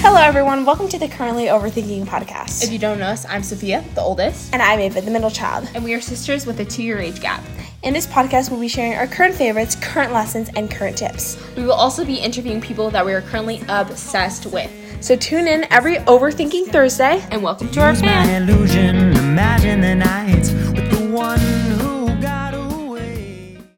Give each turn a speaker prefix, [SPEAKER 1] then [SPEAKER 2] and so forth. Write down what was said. [SPEAKER 1] Hello, everyone. Welcome to the Currently Overthinking podcast.
[SPEAKER 2] If you don't know us, I'm Sophia, the oldest,
[SPEAKER 1] And I'm Ava, the middle child.
[SPEAKER 2] and we are sisters with a two year age gap.
[SPEAKER 1] In this podcast, we'll be sharing our current favorites, current lessons, and current tips.
[SPEAKER 2] We will also be interviewing people that we are currently obsessed with.
[SPEAKER 1] So tune in every Overthinking Thursday.
[SPEAKER 2] And welcome to our
[SPEAKER 3] Use my
[SPEAKER 2] fan.
[SPEAKER 3] illusion, imagine the nights